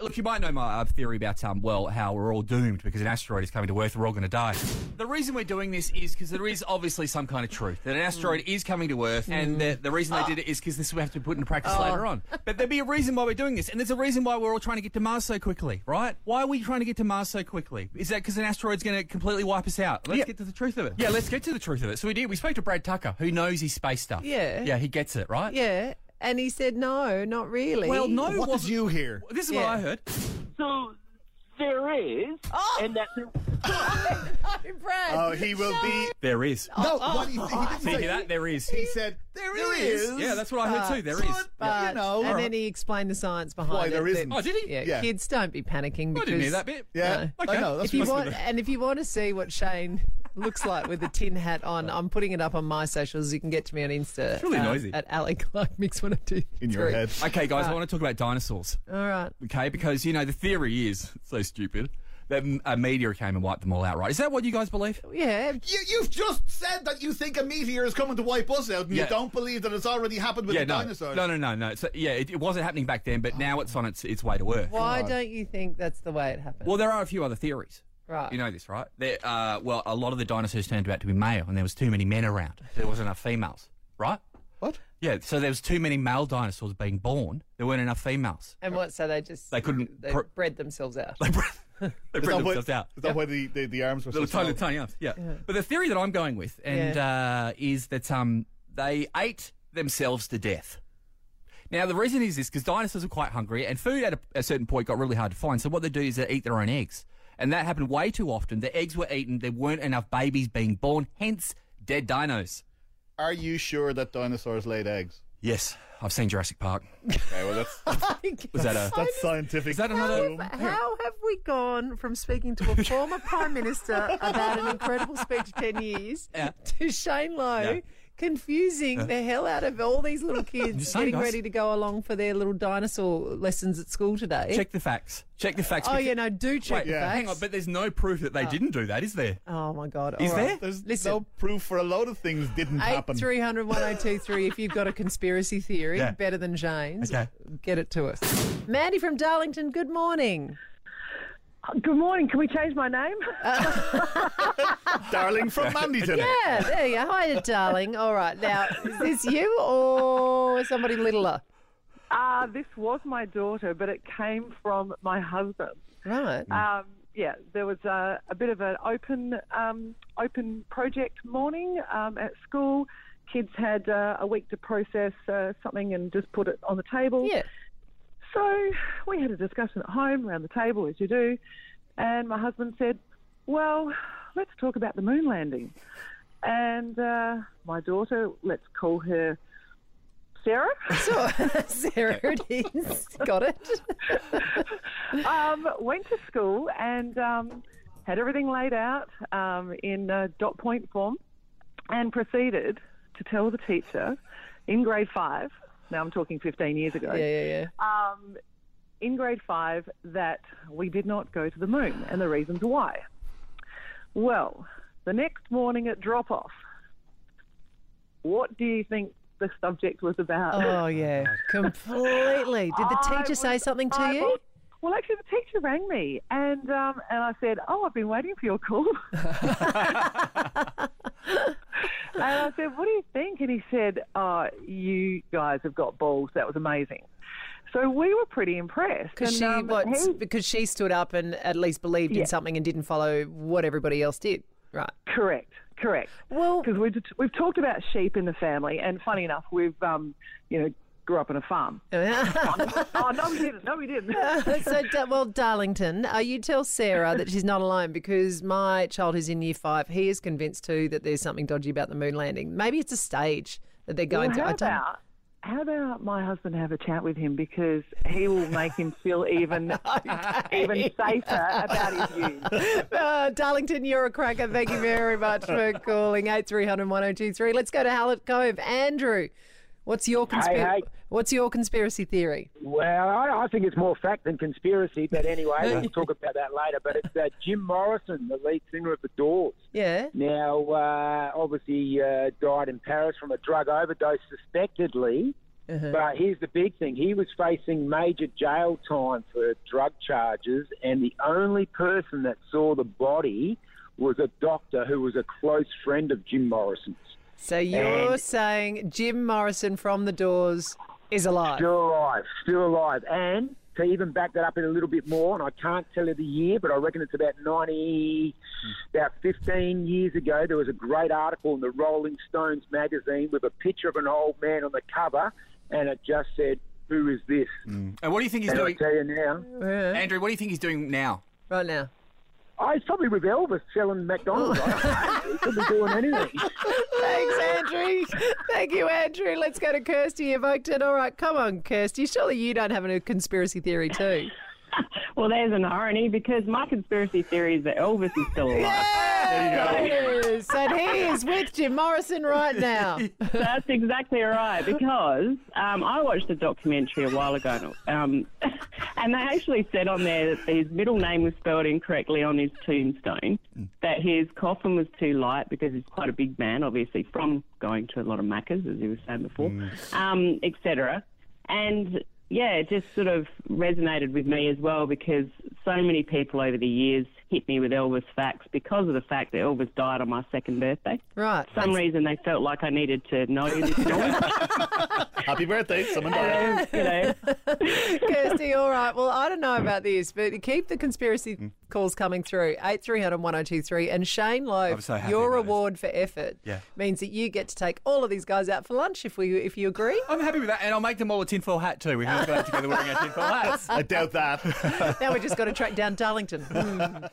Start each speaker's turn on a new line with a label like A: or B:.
A: look, you might know my uh, theory about um, well, how we're all doomed because an asteroid is coming to Earth. We're all going to die. The reason we're doing this is because there is obviously some kind of truth that an asteroid is coming to Earth, and the, the reason they did it is because this will have to be put into practice later on. But there'd be a reason why we're doing this, and there's a reason why we're all trying to get to Mars so quickly, right? Why are we trying to get to Mars so quickly? Is that because an asteroid's going to completely wipe us out? Let's
B: Yeah.
A: get to the truth of it. Yeah, let's get to the truth of it. So we did. We spoke to Brad Tucker, who knows his space stuff.
C: Yeah.
A: yeah, he gets it, right?
C: Yeah. And he said, no, not really.
A: Well, no,
B: What did
A: wasn't-
B: you hear?
A: This is
C: Yeah.
A: what I heard.
D: So there is, and that there,
C: Hey, Brad.
B: Oh, he will be.
A: There is.
B: No, what he, he didn't
A: Did you
B: say
A: hear that? There is.
B: He said there, there is.
A: Yeah, that's what I heard too. There
B: But-
A: is.
C: But,
B: you know,
C: and
B: alright.
C: then he explained the science behind
B: Why
C: it.
B: there
C: that-
B: isn't.
A: Oh, did he?
C: Yeah,
B: Yeah.
C: kids, don't be panicking
A: I
C: because
A: didn't hear that bit.
B: Yeah,
C: No.
B: I know. That's
C: if you
B: what I
C: want,
B: said.
C: and if you want to see what Shane looks like with the tin hat on, I'm putting it up on my socials. You can get to me on Insta. It's
A: really noisy.
C: At Ali Clark Mix One Two.
B: in your head.
A: Okay, guys, I want to talk about dinosaurs.
C: All right.
A: Okay, because you know the theory is it's so stupid that mm, a meteor came and wiped them all out. Right? Is that what you guys believe?
C: Yeah.
B: You, you've just said that you think a meteor is coming to wipe us out, and
A: Yeah.
B: you don't believe that it's already happened with
A: yeah,
B: the
A: no,
B: dinosaurs.
A: no, no, no, no. So, yeah, it, it wasn't happening back then, but now it's on its its way to Earth.
C: Why don't you think that's the way it happened?
A: Well, there are a few other theories.
C: Right.
A: You know this, right? There, uh, well, a lot of the dinosaurs turned out to be male, and there was too many men around. There wasn't enough females, right?
B: What?
A: Yeah, so there was too many male dinosaurs being born. There weren't enough females.
C: and what? So they just
A: They couldn't
C: they
A: pro-
C: bred themselves out.
A: They bred, they bred
B: Is that why,
A: themselves out.
B: is that why the, the, the arms were so
A: Little tiny,
B: small?
A: tiny arms. Yeah. But the theory that I'm going with and uh, is that um, they ate themselves to death. Now the reason is this because dinosaurs are quite hungry, and food at a, a certain point got really hard to find. So what they do is they eat their own eggs, and that happened way too often. The eggs were eaten. There weren't enough babies being born, hence dead dinos.
B: Are you sure that dinosaurs laid eggs?
A: Yes, I've seen Jurassic Park.
B: Okay, well that's
A: Was that a?
B: that's scientific.
A: Is that another-
B: film.
C: How have we gone from speaking to a former prime minister about an incredible speech ten years to Shane Lowe
A: Yeah.
C: confusing the hell out of all these little kids
A: saying,
C: getting
A: guys.
C: ready to go along for their little dinosaur lessons at school today?
A: Check the facts. Check the facts.
C: oh
A: because-
C: yeah, Ah. no, do
A: Wait,
C: check the
B: yeah.
C: facts.
A: hang on, but there's no proof that they didn't do that, is there?
C: oh my god,
A: Is
C: all right.
A: there?
B: There's
C: Listen.
B: no proof for a load of things didn't happen.
C: Eight three hundred one zero two three. If you've got a conspiracy theory
A: Yeah.
C: better than Jane's,
A: Okay.
C: get it to us. Mandy from Darlington. Good morning.
E: Good morning. Can we change my name?
B: Darling from Mandyton.
C: Yeah, there you go. Hi, darling. All right, now is this you or somebody littler?
E: Uh, this was my daughter, but it came from my husband.
C: Right.
E: Um, yeah, there was a, a bit of an open um, open project morning um, at school. Kids had uh, a week to process uh, something and just put it on the table.
C: yeah.
E: So we had a discussion at home around the table, as you do, and my husband said, Well, let's talk about the moon landing. And uh, my daughter, let's call her Sarah,
C: So Sarah, it is. Got it.
E: um, went to school and um, had everything laid out um, in uh, dot point form and proceeded to tell the teacher in grade five. Now I'm talking 15 years ago.
C: Yeah, yeah, yeah.
E: um, in grade five that we did not go to the moon and the reasons why. Well, the next morning at drop off, what do you think the subject was about?
C: Oh yeah, completely. Did the
E: I
C: teacher say
E: was-
C: something to
E: I
C: you?
E: was- well, actually, the teacher rang me and um, and I said, "Oh, I've been waiting for your call." and I said, "What do you think?" And he said, uh, "You guys have got balls. That was amazing." So we were pretty impressed.
C: Because
E: And,
C: she
E: um,
C: what?
E: he-
C: Because she stood up and at least believed in something and didn't follow what everybody else did. Right.
E: Correct, correct.
C: Well,
E: Because we've we've talked about sheep in the family, and funny enough, we've um, you know grew up on a farm. oh no, we didn't. No, we didn't.
C: so, da- well, Darlington, uh, you tell Sarah that she's not alone because my child who's in year five, he is convinced too that there's something dodgy about the moon landing. Maybe it's a stage that they're
E: Well,
C: going
E: how
C: to. I don't-
E: about how about my husband have a chat with him because he will make him feel even even safer about his views.
C: Uh, Darlington, you're a cracker. Thank you very much for calling 8300 1023. Let's go to Hallett Cove. Andrew, what's your, conspira-
F: Hey, hey.
C: what's your conspiracy theory?
F: Well, I, I think it's more fact than conspiracy, but anyway, we'll talk about that later. But it's uh, Jim Morrison, the lead singer of The Doors.
C: Yeah.
F: Now, uh, obviously, uh, died in Paris from a drug overdose, suspectedly. But here's the big thing he was facing major jail time for drug charges, and the only person that saw the body was a doctor who was a close friend of Jim Morrison's.
C: So you're saying Jim Morrison from The Doors is alive?
F: Still alive, still alive. And to even back that up in a little bit more, and I can't tell you the year, but I reckon it's about 90, about 15 years ago, there was a great article in the Rolling Stones magazine with a picture of an old man on the cover, and it just said, Who is this?
A: And what do you think he's
F: And I
A: doing,
F: tell you now,
C: Yeah.
A: Andrew? What do you think he's doing now?
C: Right now.
F: I was probably with Elvis selling McDonald's. I don't know. he could be doing anything.
C: Thanks, Andrew. Thank you, Andrew. Let's go to Kirsty in Oakton. All right, come on, Kirsty. Surely you don't have a conspiracy theory too.
G: Well, there's an irony because my conspiracy theory is that Elvis is still alive.
C: Yes, and he is with Jim Morrison right now.
G: That's exactly right because um, I watched a documentary a while ago um, and they actually said on there that his middle name was spelled incorrectly on his tombstone, that his coffin was too light because he's quite a big man, obviously, from going to a lot of Maccas, as he was saying before, um, etc. And yeah, it just sort of resonated with me as well because so many people over the years hit me with Elvis facts because of the fact that Elvis died on my second birthday
C: Right.
G: some reason they felt like I needed to know this story.
B: Happy birthday, someone died.
G: Um, you know,
C: Kirsty, all right. Well, I don't know about this, but keep the
A: Mm.
C: conspiracy calls coming through. 8300 1023. And Shane Lowe,
A: I'm so happy
C: your
A: about this.
C: reward for effort
A: Yeah.
C: means that you get to take all of these guys out for lunch if we if you agree.
A: I'm happy with that, and I'll make them all a tinfoil hat too. We can Uh, all go out together wearing our tinfoil hats.
B: I doubt that.
C: now we've just got to track down Darlington. Hmm.